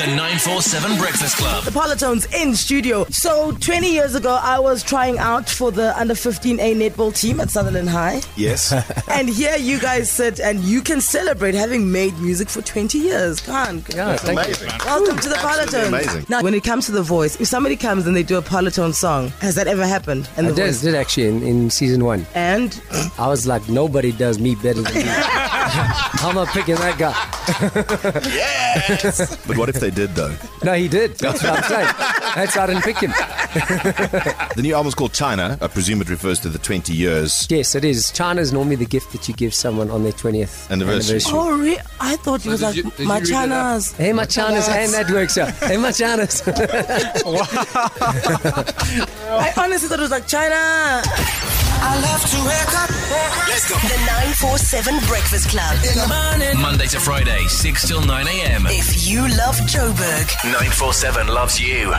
947 Breakfast Club. The Pilotones in studio. So 20 years ago, I was trying out for the under 15A netball team at Sutherland High. Yes. and here you guys sit and you can celebrate having made music for 20 years. Can't. Yeah, thank you. Amazing. Welcome to the Absolutely Pilotones. amazing. Now, when it comes to the voice, if somebody comes and they do a Pilotone song, has that ever happened? And I the did, voice. did actually in, in season one. And I was like, nobody does me better than me. How am I picking that guy? But what if they did though? No, he did. That's what I'm saying. That's why I didn't pick him. The new album's called China. I presume it refers to the 20 years. Yes, it is. China is normally the gift that you give someone on their 20th Anniversary. anniversary. oh, re- I thought it was did like you- did you my read it up? China's. Hey, my China's, and that works out. Hey, my China's. I honestly thought it was like China. I love to wake up. Let's go. The 947 Breakfast Club. Monday to Friday, 6 till 9 a.m. If you love Joburg, 947 loves you.